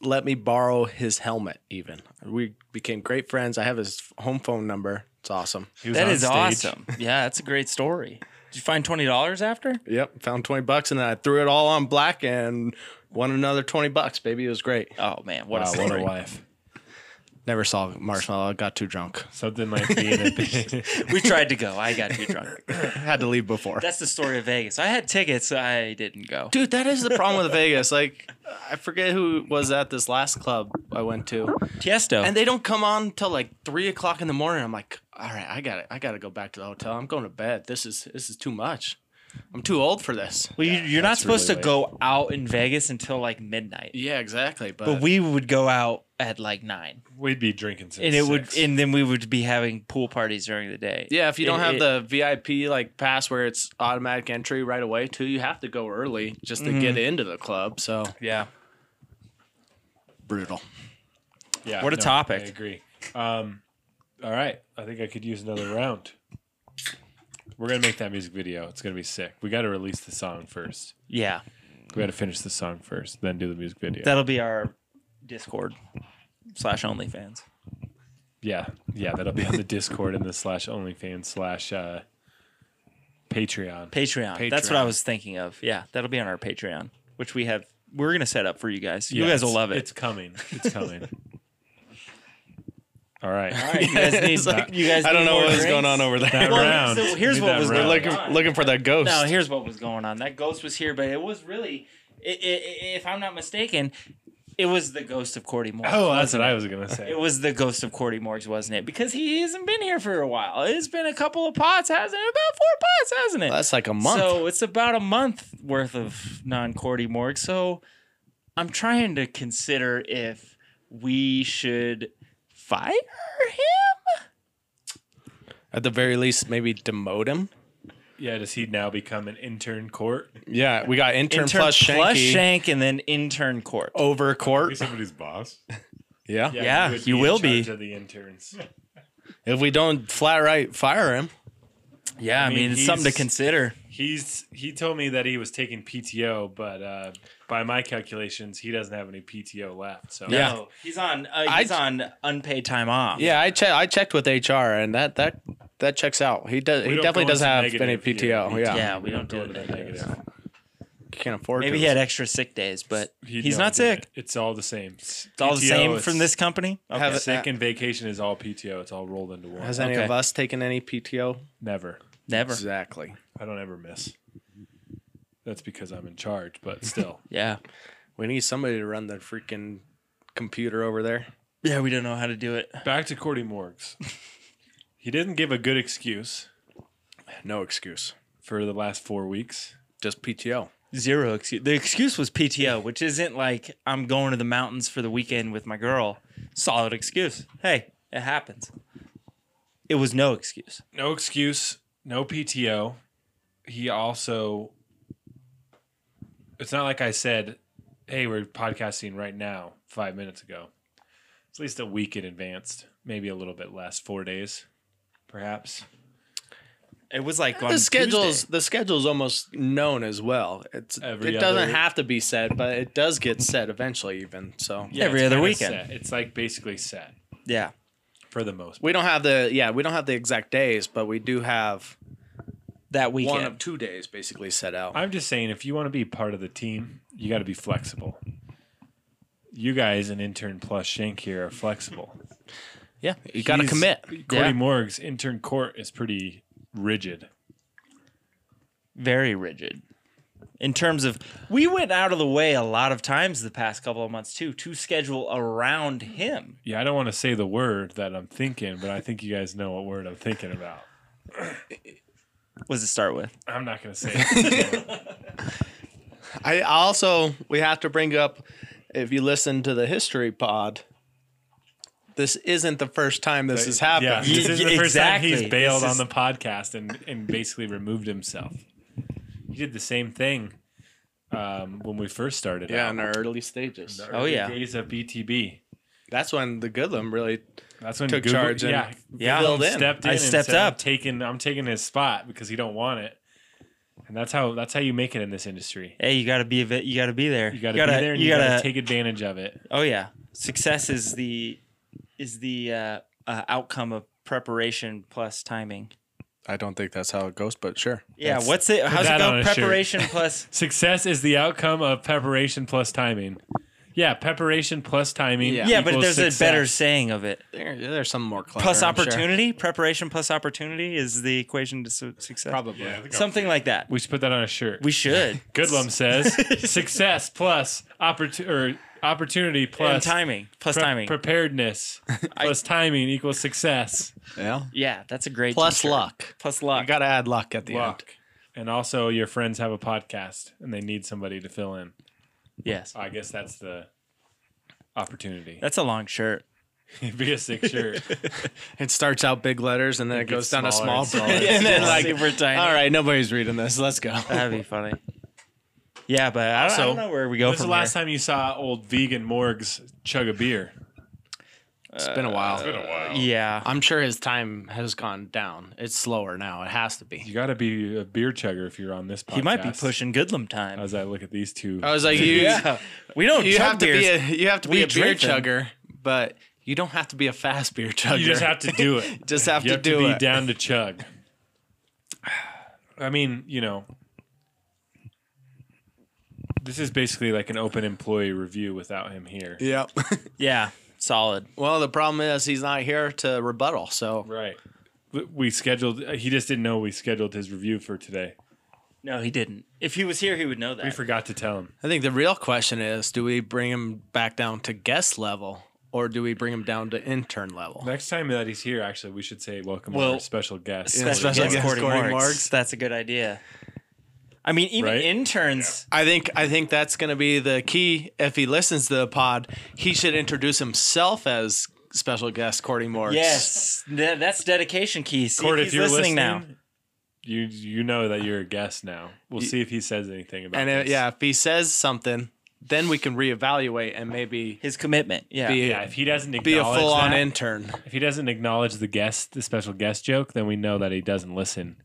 B: let me borrow his helmet even. We became great friends. I have his home phone number. It's awesome.
F: He was
E: That
F: on
E: is
F: stage.
E: awesome. Yeah, that's a great story. Did you find twenty dollars after?
B: Yep, found 20 bucks and then I threw it all on black and won another 20 bucks, baby. It was great.
E: Oh man, what
F: Wow,
E: a
F: what
E: story!
F: a wife.
B: Never saw Marshmallow. I got too drunk.
F: Something like being a
E: we tried to go. I got too drunk.
B: Had to leave before.
E: That's the story of Vegas. I had tickets. I didn't go.
B: Dude, that is the problem with Vegas. Like, I forget who was at this last club I went to,
E: Tiesto.
B: and they don't come on till like three o'clock in the morning. I'm like, all right, I got it. I got to go back to the hotel. I'm going to bed. This is this is too much. I'm too old for this.
E: well, you- you're not
F: that's
E: supposed
F: really
E: to go out in Vegas until like midnight.
B: Yeah, exactly. But,
E: But we would go out at like nine,
F: We'd be drinking since
E: and it would,
F: six.
E: and then we would be having pool parties during the day.
B: yeah, if you don't
E: It-
B: have
E: it-
B: the VIP like pass where it's automatic entry right away too, you have to go early just to get into the club. So
E: yeah,
B: brutal.
F: Yeah,
E: What a topic.
F: I agree. Um, all right, I think I could use another round. We're gonna make that music video. It's gonna be sick. We got to release the song first.
E: yeah,
F: We got to finish the song first, then do the music video.
E: that'll be our Discord slash OnlyFans.
F: yeah, yeah, that'll be on the Discord and the slash OnlyFans slash uh, Patreon.
E: Patreon. That's what
F: Patreon.
E: I was thinking of. Yeah, that'll be on our Patreon, which we have. We're gonna set up for you guys. You
F: Yeah,
E: guys will
F: it's-
E: love it.
F: It's coming. It's coming. all right.
E: you guys need. you guys.
B: I don't
E: need
B: know
E: more
B: what was
E: drinks?
B: going on over there.
F: That
E: Well,
F: round.
E: so here's
F: Need
E: what
F: that
E: was-
F: round.
B: looking looking for that ghost.
E: No, here's what was going on. That ghost was here, but it was really, i- i- i- if I'm not mistaken, it was the ghost of Cordy Morgs.
F: Oh, that's what I was gonna say.
E: It was the ghost of Cordy Morgs, wasn't it? Because he hasn't been here for a while. It's been a couple of pots, hasn't it? About four pots, hasn't it?
B: That's like a month.
E: So it's about a month worth of non Cordy Morg. So I'm trying to consider if we should fire him.
B: At the very least, maybe demote him.
F: Yeah, does he now become an intern court?
B: Yeah, we got intern, plus Shanky Oh,
E: Shank and then intern court.
B: over
G: be
B: court.
G: somebody's boss.
B: Yeah.
E: Yeah,
F: would
E: you
F: in
E: will be.
F: charge Of the interns.
B: If we don't flat right fire him,
E: yeah, I
F: mean,
E: mean it's something to
F: he's-
E: consider.
F: He's he told me that he was taking PTO, but uh, by my calculations, he doesn't have any PTO left. So
B: Yeah.
E: No, he's on. Uh, he's
B: I-
E: on unpaid time off.
B: yeah, I che- I checked with HR and that that that checks out. He does. He
F: don't
B: definitely
F: go
B: doesn't have
F: into
B: any
F: negative
B: PTO.
F: here.
B: Yeah.
E: yeah, we don't do
F: go to
E: it.
F: that negative.
B: can't afford.
E: Maybe
B: to.
E: he had extra sick days, but
F: He-
E: he's
F: no,
E: not
F: he didn't.
E: sick.
F: It's all the same. It's
E: It's all the same from this company. Okay.
B: Have it-
F: Sick and vacation is all PTO. It's all rolled into one.
B: Has any
E: Okay.
B: of us taken any PTO?
F: Never.
E: Never.
B: Exactly.
F: I don't ever miss. That's because I'm in charge, but still.
E: Yeah.
B: We need somebody to run the freaking computer over there.
E: Yeah, we don't know how to do it.
F: Back to Cordy Morgs. He didn't give a good excuse
B: No excuse.
F: for the last four weeks.
B: Just PTO.
E: Zero excuse. The excuse was PTO, which isn't like I'm going to the mountains for the weekend with my girl. Solid excuse. Hey, it happens. It was no excuse.
F: No excuse, no PTO. He also, it's not like I said, hey, we're podcasting right now, five minutes ago. It's at least a week in advance, maybe a little bit less, four days, perhaps.
E: It was like on
B: The schedule's
E: Tuesday.
B: the schedule's almost known as well. It's
F: Every
B: it doesn't
F: other-
B: have to be said, but it does get said eventually. Even so,
F: Yeah,
E: Every
F: it's
E: other
F: kinda
E: weekend.
F: set. It's like basically set
E: Yeah.
F: for the most part.
B: we don't have the yeah we don't have the exact days, but we do have
E: That weekend.
B: one of two days basically set out.
F: I'm just saying, if you want to be part of the team, you got to be flexible. You guys and intern plus Shank here are flexible.
B: yeah, you got to
F: He's-
B: commit.
F: Cordy
E: Yeah.
F: Morg's intern court is pretty rigid.
E: very rigid in terms of we went out of the way a lot of times the past couple of months too to schedule around him
F: Yeah, I don't want to say the word that I'm thinking, but I think you guys know what word I'm thinking about.
E: was to start with
F: I'm not going to say it.
B: I also we have to bring up if you listen to the history pod. This isn't the first time this has happened.
F: Yeah, this is the first time
E: Exactly.
F: he's
E: This
F: bailed
E: is-
F: on the podcast and, and basically removed himself. He did the same thing um, when we first started.
B: Yeah,
F: out.
B: in our early stages.
F: The
E: Oh,
F: early
E: yeah.
F: days of BTB.
B: That's when the Goodlum really
F: That's when
B: Took
F: Google,
B: charge and
F: yeah,
E: Yeah.
F: Google
B: filled in.
F: stepped in.
E: I
F: and
E: stepped
F: said, I'm
E: up.
F: taking I'm taking his spot because he don't want it, and that's how that's how you make it in this industry.
E: hey you gotta be a bit you gotta be there
F: You got to be there. And you, got to take advantage of it.
E: oh yeah success is the is the uh, uh outcome of preparation plus timing
B: I don't think that's how it goes, but sure.
E: yeah what's it how's
F: that
E: it
F: on
E: go
F: a shirt.
E: preparation plus
F: Success is the outcome of preparation plus timing. Yeah, preparation plus timing.
B: Yeah.
E: yeah but
F: equals
E: there's
F: success.
E: a better saying of it
B: There, there's some more clever,
E: plus
B: I'm sure.
E: opportunity preparation plus opportunity is the equation to su- success
B: Probably.
G: Yeah, I think I'll-
E: something like that
F: We should put that on a shirt.
E: we should
F: Goodlum says success plus opportu- or opportunity
E: and
F: plus
E: timing plus
F: pre-
E: timing
F: preparedness plus timing equals success.
B: Yeah.
E: Yeah, that's a great
B: Plus
E: t-shirt.
B: luck.
E: Plus luck.
B: You got to add luck at the
F: Luck.
B: end.
F: And also, your friends have a podcast and they need somebody to fill in.
E: yes.
F: I guess that's the opportunity.
E: That's a long shirt.
F: It'd be a six shirt.
B: It starts out big letters and then it, goes
F: gets
B: down to
F: smaller
B: small print.
F: and smaller.
B: And, then, like,
E: super tiny.
B: all right, nobody's reading this. Let's go.
E: That'd be funny. Yeah, but I don't, I don't know where we go
F: When's
E: from
F: the last time you saw old vegan Morgs chug a beer?
B: It's been a while.
G: It's been a while.
E: Yeah.
B: I'm sure his time has gone down. It's slower now. It has to
F: You
B: be.
F: got to be a beer chugger if you're on this podcast.
E: He might be pushing Goodlum time.
F: As I look at these two,
B: I was like, you,
E: We don't
B: you
E: chug
B: have to
E: beers.
B: be a you have to
E: We
B: be a beer
E: drink them.
B: chugger, but you don't have to be a fast beer chugger.
F: you just have to do it.
B: Just have
F: you
B: to
F: have
B: do
F: to be
B: it.
F: down to chug. I mean, you know, this is basically like an open employee review without him here.
B: Yep.
E: yeah. Solid.
B: well, the problem is he's not here to rebuttal. So
F: Right. We- We scheduled. He just didn't know we scheduled his review for today.
E: No, he didn't. If he was here, he would know that.
F: We forgot to tell him.
B: I think the real question is: Do we bring him back down to guest level, or do we bring him down to intern level?
F: Next time that he's here, actually, we should say welcome
E: Well,
F: our special guest.
E: Special,
B: Special
E: guest
B: guest
E: Cordy
B: Cordy
E: Morgs.
B: Morgs.
E: That's a good idea. I mean, even
F: Right?
E: interns.
B: I think I think that's going to be the key. If he listens to the pod, he should introduce himself as special guest Cordy Morris.
E: Yes. Th- that's dedication, Key. See
F: Court,
E: if
F: if,
E: he's
F: you're
E: listening,
F: listening,
E: now.
F: you you know that you're a guest now. We'll see if he says anything about
B: and
F: it.
B: if, yeah, if he says something, then we can reevaluate and maybe
E: His commitment. Yeah.
B: be
F: yeah, if he doesn't
B: be a
F: acknowledge
B: full on
F: that,
B: intern.
F: if he doesn't acknowledge the guest, the special guest joke, then we know that he doesn't listen.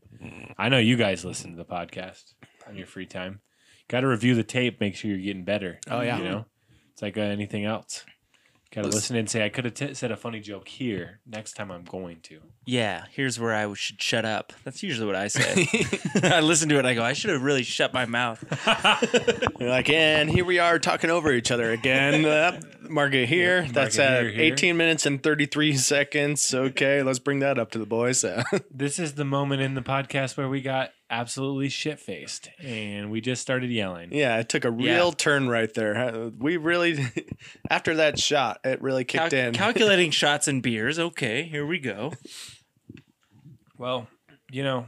F: I know you guys listen to the podcast on your free time. Got to review the tape, make sure you're getting better. Oh
B: yeah.
F: you know, it's like uh, anything else. Got to listen and say, I could have t- said a funny joke here. Next time, I'm going to.
E: yeah, here's where I should shut up. That's usually what I say. I listen to it. I go, I should have really shut my mouth.
B: You're like, and here we are talking over each other again. Uh, mark it here. That's
F: it
B: at
F: here, here.
B: 18 minutes and 33 seconds. Okay, let's bring that up to the boys. Uh,
F: This is the moment in the podcast where we got absolutely shit faced, and we just started yelling.
C: Yeah, it took a real turn right there. Uh, We really, after that shot, it really kicked
E: Cal-
C: in.
E: calculating shots and beers. Okay, here we go.
F: Well, you know,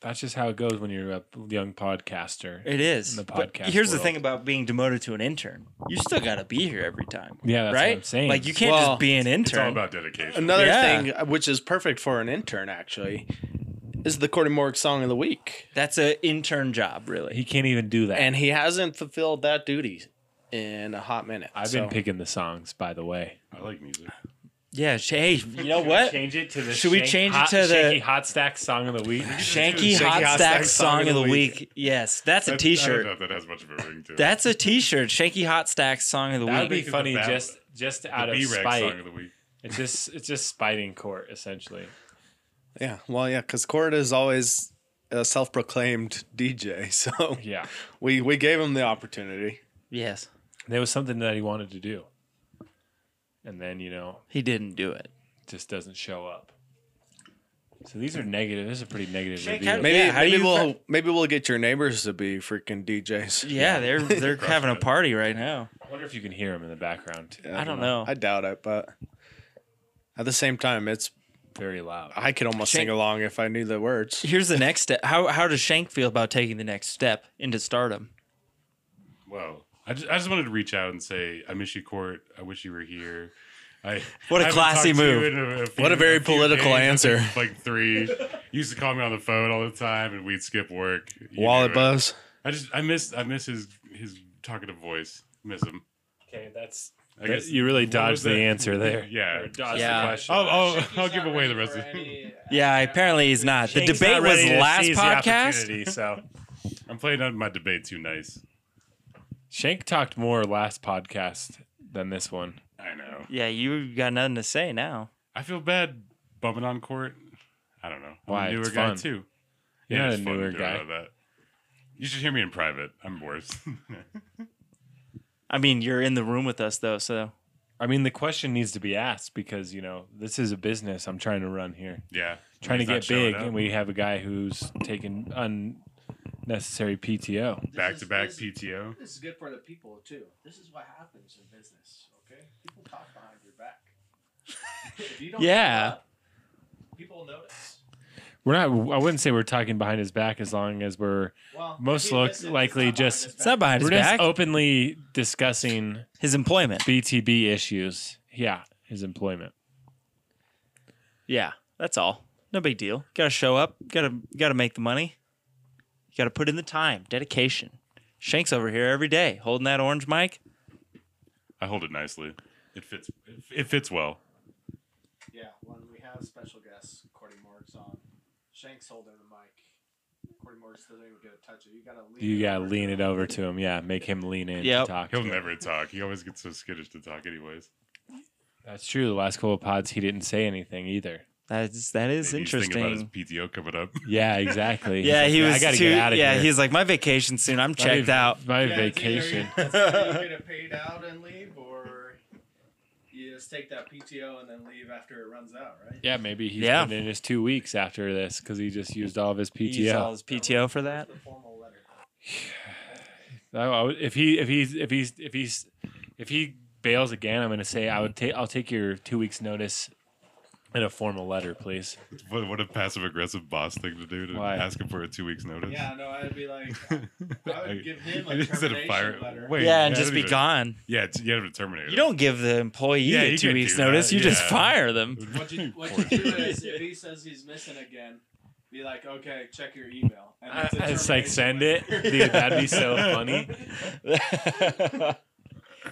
F: that's just how it goes when you're a young podcaster.
E: It is.
F: In the
E: But
F: podcast
E: here's the
F: world.
E: thing about being demoted to an intern. You still got to be here every time.
F: Yeah, that's what
E: right?
F: I'm saying.
E: Like you can't
C: Well,
E: just be an
G: It's all
E: intern.
G: about dedication.
C: Another
E: Yeah.
C: thing, uh, which is perfect for an intern, actually, is the Cordy Morg song of the week,
E: That's an intern job, really.
F: he can't even do that.
C: and he hasn't fulfilled that duty in a hot minute.
F: I've
C: so-
F: been picking the songs, by the way.
G: I like music.
E: yeah. sh- Hey, you know what?
F: Change it to the.
E: Should we
F: shank-
E: change it
F: hot-
E: to the-
F: shaky hot stack song of the week?
E: Shanky Hot Stack Song of the Week. Yes, that's a
G: That- I
E: T-shirt.
G: don't know if that has much of a ring to it.
E: That's a T-shirt. Shanky Hot Stack Song of the
F: That
E: Week.
F: would be
G: The
F: funny,
G: ballad.
F: just just
G: the
F: out of
G: B-Rex
F: spite.
G: song of the week.
F: It's just it's just spite in court, essentially.
C: Yeah, well, yeah, because Corda is always a self-proclaimed DJ, so
F: Yeah,
C: we we gave him the opportunity.
E: Yes,
F: there was something that he wanted to do, and then you know
E: he didn't do it.
F: just doesn't show up. So these are negative. This is a pretty negative
E: Shake
F: review.
E: hands.
C: Maybe
E: Yeah, how do
C: maybe
E: you
C: we'll maybe we'll get your neighbors to be freaking DJs.
E: Yeah, they're they're having a party right now.
F: I wonder if you can hear him in the background.
E: I don't know.
C: I doubt it, but at the same time, it's
F: Very loud.
C: I could almost
E: Shane-
C: sing along if I knew the words.
E: Here's the next step. How how does Shank feel about taking the next step into stardom?
G: Well, I just, I just wanted to reach out and say I miss you, Court. I wish you were here. I,
E: What a
G: I haven't
E: classy
G: talked to you
E: move.
G: in few-
C: What a very
G: few
C: political
G: days, I
C: answer.
G: think, Like three, you used to call me on the phone all the time, and we'd skip work. You
C: Wallet
G: knew it.
C: buzz.
G: I just I miss I miss his his talkative voice. Miss him.
F: Okay, that's.
G: I guess
F: you really
G: What was
F: dodged the
G: that?
F: answer there.
G: Yeah.
F: Or dodged
E: Yeah. Oh,
F: the question.
G: uh, I'll, I'll, I'll give away the rest of it.
E: Yeah, apparently he's not. The
F: Shank's
E: debate
F: not
E: was
F: ready to
E: last
F: seize the
E: podcast.
F: opportunity, So
G: I'm playing on my debate too nice.
F: Shank talked more last podcast than this one.
G: I know.
E: Yeah, you got nothing to say now.
G: I feel bad bumming on court. I don't know. I'm
F: Why?
G: a newer
F: It's
G: guy
F: fun.
G: too.
F: You're not a
G: it's fun to
F: newer
G: do
F: guy.
G: all That. You should hear me in private. I'm worse.
E: I mean, you're in the room with us though, so
F: I mean, the question needs to be asked because you know this is a business I'm trying to run here,
G: yeah.
F: trying
G: He's
F: to
G: not
F: get
G: showing
F: big,
G: up.
F: and we have a guy who's taking unnecessary PTO.
G: back to back PTO.
B: This is good for the people too. This is what happens in business. Okay, people talk behind your back. if you don't
E: yeah.
B: people notice.
F: We're not. I wouldn't say we're talking behind his back as long as we're most look, likely just
E: It's not behind
F: we're
E: his
F: just
E: back.
F: openly discussing
E: his employment.
F: BTB issues. Yeah, his employment.
E: Yeah, that's all. No big deal. Got to show up. Got to got to make the money. You got to put in the time, dedication. Shank's over here every day holding that orange mic.
G: I hold it nicely. It fits. It fits well.
B: Yeah, when we have special guests, Cordy Morg's on. Shank's holding the mic. Cordy Morg doesn't even get a touch. It. You gotta lean.
F: You gotta lean it over to him. Yeah, make him lean in
E: Yep.
F: to talk.
G: He'll
F: to him.
G: never talk. He always gets so skittish to talk, anyways.
F: That's true. The last couple of pods, he didn't say anything either.
E: That's that is
G: Maybe he's thinking
E: interesting.
G: about his PTO coming up.
F: Yeah, exactly.
E: yeah,
F: He's
E: he
F: like,
E: was
F: I gotta
E: too.
F: get out of
E: yeah,
F: here.
E: he's like my vacation soon. I'm
F: My-
E: checked out.
B: Yeah,
F: My
B: it's either
F: vacation.
B: You, it's either you get it paid out and leave, or you just take that PTO and then leave after it runs out, right?
F: Yeah, maybe he's
E: Yeah.
F: been in his two weeks after this because he just used all of his
E: He used all
F: PTO.
E: his PTO for that.
B: The formal letter.
F: I- I would- if he if he's if he's if he's if he bails again, I'm gonna say I would take I'll take your two weeks notice in a formal letter, please.
G: What, what a passive aggressive boss thing to do to
F: Why?
G: ask him for a two weeks notice.
B: Yeah, no, I'd be like, I would give him a
G: Instead
B: termination
G: of fire.
B: letter.
G: Wait,
E: Yeah, and
G: I
E: just
G: don't
E: be
G: even-
E: gone.
G: Yeah, it's- you have to terminate him.
E: You don't give the employee
G: Yeah,
E: a
G: you
E: two
G: can
E: weeks
G: do that.
E: notice. You just
G: Yeah.
E: fire them.
B: What you what you do is if he says he's missing again, be like, okay, check your email. And
F: I,
B: that's a
F: it's like
B: termination
F: send
B: letter.
F: it, dude. That'd be so funny.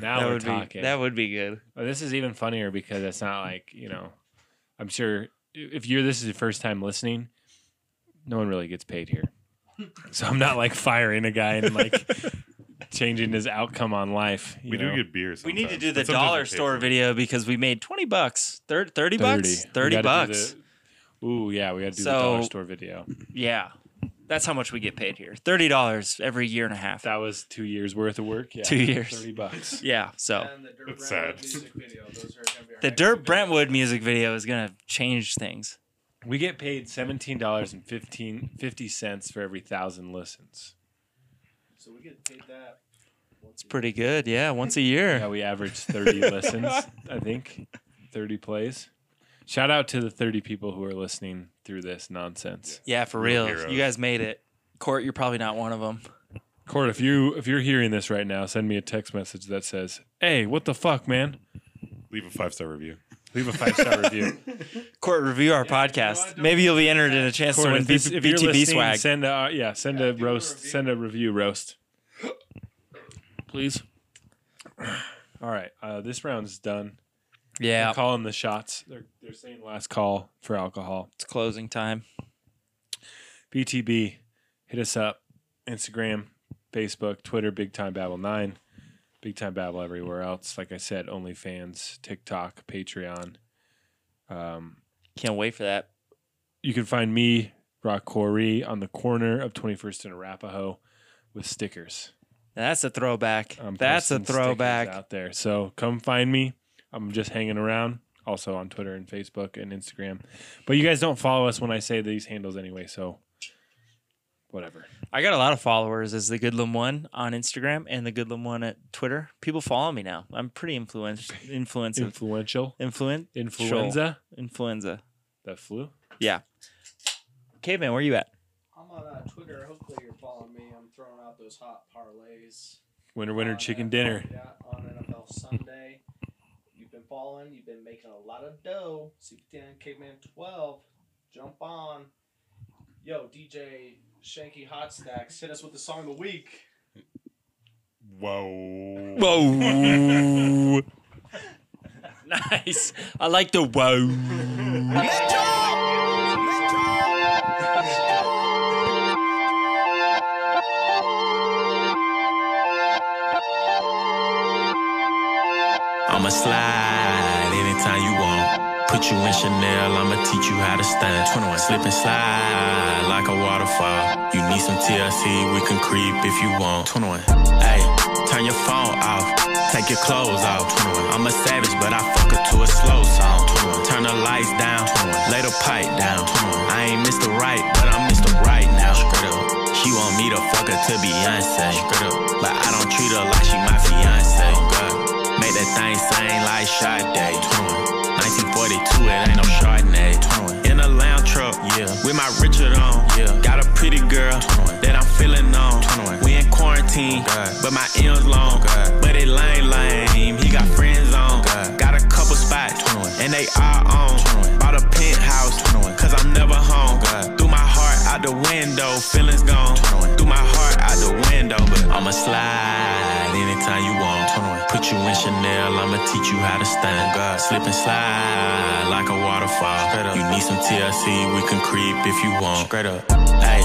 F: Now
E: that
F: we're
E: would be
F: talking.
E: that would be good.
F: Well, this is even funnier because it's not like you know. I'm sure if you're this is your first time listening, no one really gets paid here, so I'm not like firing a guy and like changing his outcome on life. you
G: We do
F: know?
G: get beer. Sometimes.
E: We need to do the
G: but sometimes
E: dollar
G: we pay
E: store
G: for it.
E: video because we made 20 bucks. Thir- 30 bucks? 30,
F: We gotta do
E: bucks.
F: the- ooh yeah, we got to do the
E: So-
F: dollar store video.
E: Yeah. That's how much we get paid here. $30 every year and a half.
F: That was two years worth of work. Yeah,
E: Two years.
F: thirty bucks.
E: Yeah. So
B: And the Dirt
G: That's
B: Brand
G: sad.
B: music video. Those are gonna be our
E: the
B: next
E: Dirt
B: videos.
E: Brentwood music video is going to change things.
F: We get paid seventeen dollars and fifteen fifty cents for every thousand listens.
C: So we get paid that.
E: It's pretty good. Yeah, once a year.
F: Yeah, we average thirty listens, I think, thirty plays. Shout out to the thirty people who are listening through this nonsense.
E: Yeah, for real.
G: heroes.
E: You guys made it. Court, you're probably not one of them.
F: Court, if you if you're hearing this right now, send me a text message that says, "Hey, what the fuck, man?
G: Leave a five star review.
F: Leave a five star review."
E: Court, review our podcast. Maybe you'll be entered in a chance
F: Court,
E: to win
F: if, this,
E: B-
F: if you're
E: BTB
F: listening,
E: swag.
F: send a uh, yeah, send a roast, send a review roast.
B: Please.
F: All right, uh, this round's done.
E: yeah,
F: Calling the shots. They're they're saying last call for alcohol.
E: it's closing time.
F: BTB, hit us up. Instagram, Facebook, Twitter, Big Time Babble 9, Big Time Babble everywhere else. Like I said, OnlyFans, TikTok, Patreon. Um,
E: Can't wait for that.
F: you can find me, Rock Corey, on the corner of 21st and Arapaho with stickers.
E: That's a throwback.
F: I'm
E: That's a
F: posting stickers
E: throwback.
F: out there. So come find me. I'm just hanging around. Also on Twitter and Facebook and Instagram. But you guys don't follow us when I say these handles anyway, so whatever.
E: I got a lot of followers as the Goodlum one on Instagram and the Goodlum one at Twitter. People follow me now. I'm pretty influential. Influensive.
F: Influential.
E: Influen.
F: Influenza.
E: Influenza.
F: The flu.
E: Yeah. Caveman, where you at?
C: I'm on uh, Twitter. Hopefully you're following me. I'm throwing out those hot parlays.
F: Winter, winter,
C: on
F: chicken
C: NFL
F: dinner.
C: Yeah, on NFL Sunday. You've been following. You've been making a lot of dough. CP10, Caveman 12. Jump on. Yo, DJ Shanky Hot Stacks, hit us with the song of the week.
G: Whoa.
E: Whoa. nice. I like the whoa.
H: I'ma slide anytime you want. Put you in Chanel, I'ma teach you how to stand. 21 slip and slide like a waterfall. You need some TLC, we can creep if you want. 21. Hey, turn your phone off, take your clothes off. 21. I'm a savage, but I fuck her to a slow song. 21. Turn the lights down, 21. lay the pipe down. 21. I ain't Mr. Right, but I'm Mr. Right now. Straight up. She want me to fuck her to Beyonce. Straight up. But I don't treat her like she my fiance. God. Make that thing sing like Sade. 1942, it ain't no Chardonnay. In a lounge truck, yeah. With my Richard on, yeah. Got a pretty girl that I'm feeling on. We in quarantine, but my M's long. But it lame, lame. He got friends on. Got a couple spots, and they are on. Bought a penthouse, cause I'm never home. Threw my heart out the window, feelings gone. Threw my heart out the window, but I'ma slide anytime you want. Put you in Chanel, I'ma teach you how to stand. Slip and slide like a waterfall. You need some TLC, we can creep if you want. Straight up. Hey,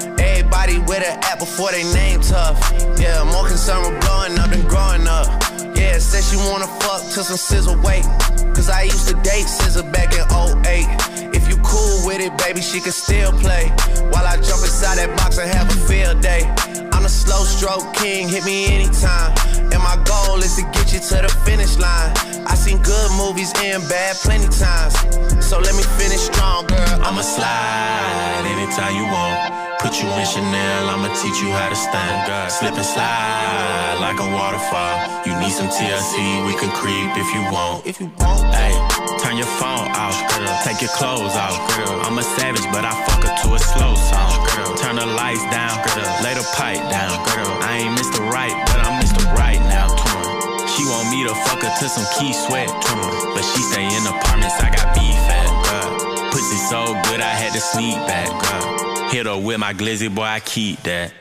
I: Everybody with an app before they name tough. Yeah, more concerned with blowing up than growing up. Yeah, said she wanna fuck till some scissor wait. Cause I used to date scissor back in 08. If you cool with it, baby, she can still play. While I jump inside that box and have a field day. I'm the slow stroke king, hit me anytime. And my goal is to get you to the finish line. I seen good movies and bad plenty times. So let me finish strong, girl.
H: I'ma slide anytime you want. Put you in Chanel, I'ma teach you how to stand. Slip and slide like a waterfall. You need some TLC, we can creep if you want.
I: If you want,
H: Hey, turn your phone off, take your clothes off. I'm a savage, but I fuck her to a slow song. Turn the lights down, lay the pipe down. I ain't Mr. Right, but I'm Mr. Right now. She want me to fuck her to some key sweat, but she stay in apartments. I got beef at. Pussy so good, I had to sneak back. Hit her with my glizzy, boy, I keep that.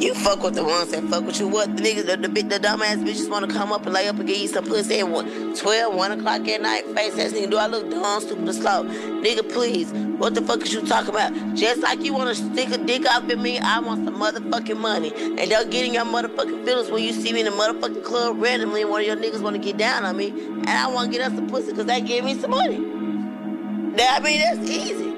J: You fuck with the ones that fuck with you. What the niggas, the, the, bi- the dumbass bitches want to come up and lay up and give you some pussy at one, 12, 1 o'clock at night. Face ass nigga, do I look dumb, stupid, or slow? Nigga, please, what the fuck is you talking about? Just like you want to stick a dick up in me, I want some motherfucking money. And don't get in your motherfucking feelings when you see me in the motherfucking club randomly and one of your niggas want to get down on me. And I want to get us some pussy because they give me some money. That, I mean, that's easy.